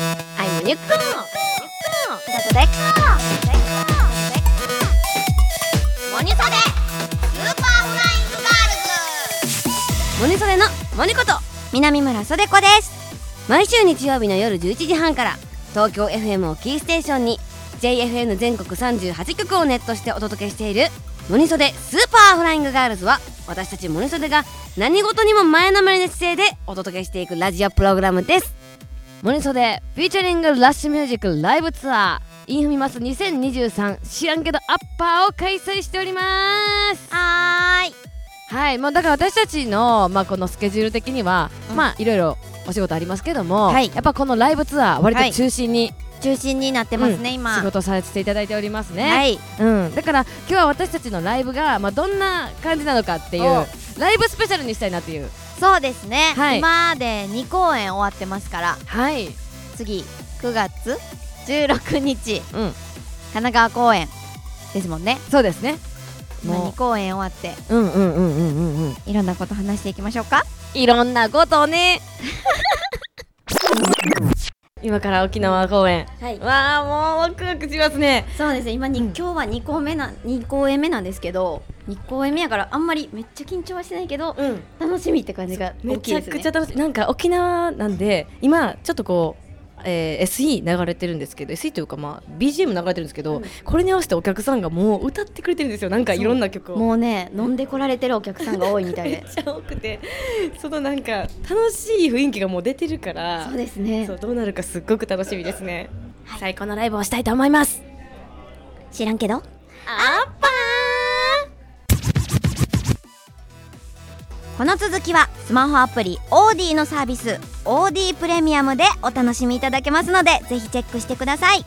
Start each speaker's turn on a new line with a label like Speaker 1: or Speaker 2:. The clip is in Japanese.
Speaker 1: ゆっくろだだだっこモニソデスーパーフライングガールズモニソデのモニこと南村そでこです毎週日曜日の夜11時半から東京 FM をキーステーションに JFN 全国38局をネットしてお届けしている「モニソデスーパーフライングガールズは」私たちモニソデが何事にも前のめりな姿勢でお届けしていくラジオプログラムですモニソデフィーチャリングラッシュミュージックライブツアーインフミマス2023知らんけどアッパーを開催しております
Speaker 2: はーい
Speaker 3: はい、まあ、だから私たちの、まあ、このスケジュール的には、
Speaker 2: うん
Speaker 3: まあ、いろいろお仕事ありますけども、
Speaker 2: はい
Speaker 3: やっぱこのライブツアー割
Speaker 2: はい
Speaker 3: と中心に
Speaker 2: 中心になってますね、今
Speaker 3: 仕事させていただいておりますね、
Speaker 2: はい
Speaker 3: うん、だから今日は私たちのライブが、まあ、どんな感じなのかっていう
Speaker 2: お
Speaker 3: ライブスペシャルにしたいなっていう
Speaker 2: そうですね、
Speaker 3: はい
Speaker 2: 今まで2公演終わってますから
Speaker 3: はい、
Speaker 2: 次9月16日
Speaker 3: うん、
Speaker 2: 神奈川公演ですもんね
Speaker 3: そうですね
Speaker 2: 今
Speaker 3: も
Speaker 2: 2公演終わって
Speaker 3: ううんうんうんうんうんうん
Speaker 2: いろんなこと話していきましょうか
Speaker 3: いろんなことをね 今から沖縄公演
Speaker 4: はい、
Speaker 3: わあもうワクワクしますね
Speaker 4: そうですね。今に、今日は二個目な二公演目なんですけど、二公演目やからあんまりめっちゃ緊張はしてないけど、
Speaker 3: うん
Speaker 4: 楽しみって感じが
Speaker 3: め
Speaker 4: 大きい
Speaker 3: ちゃ
Speaker 4: ですね。
Speaker 3: くちゃ楽しい、なんか沖縄なんで今ちょっとこう、えー SE 流れてるんですけど SE というかまあ BGM 流れてるんですけど、
Speaker 4: うん
Speaker 3: これに合わせてお客さんがもう歌ってくれてるんですよなんかいろんな曲を
Speaker 4: もうね、飲んでこられてるお客さんが多いみたい
Speaker 3: め
Speaker 4: で
Speaker 3: っ。ちゃ多くてそのなんか楽しい雰囲気がもう出てるから
Speaker 4: そうですね
Speaker 3: そ。うどうなるかすっごく楽しみですね、最高のライブをしたいと思います
Speaker 4: 知らんけど。
Speaker 2: この続きはスマホアプリ OD のサービス OD プレミアムでお楽しみいただけますのでぜひチェックしてください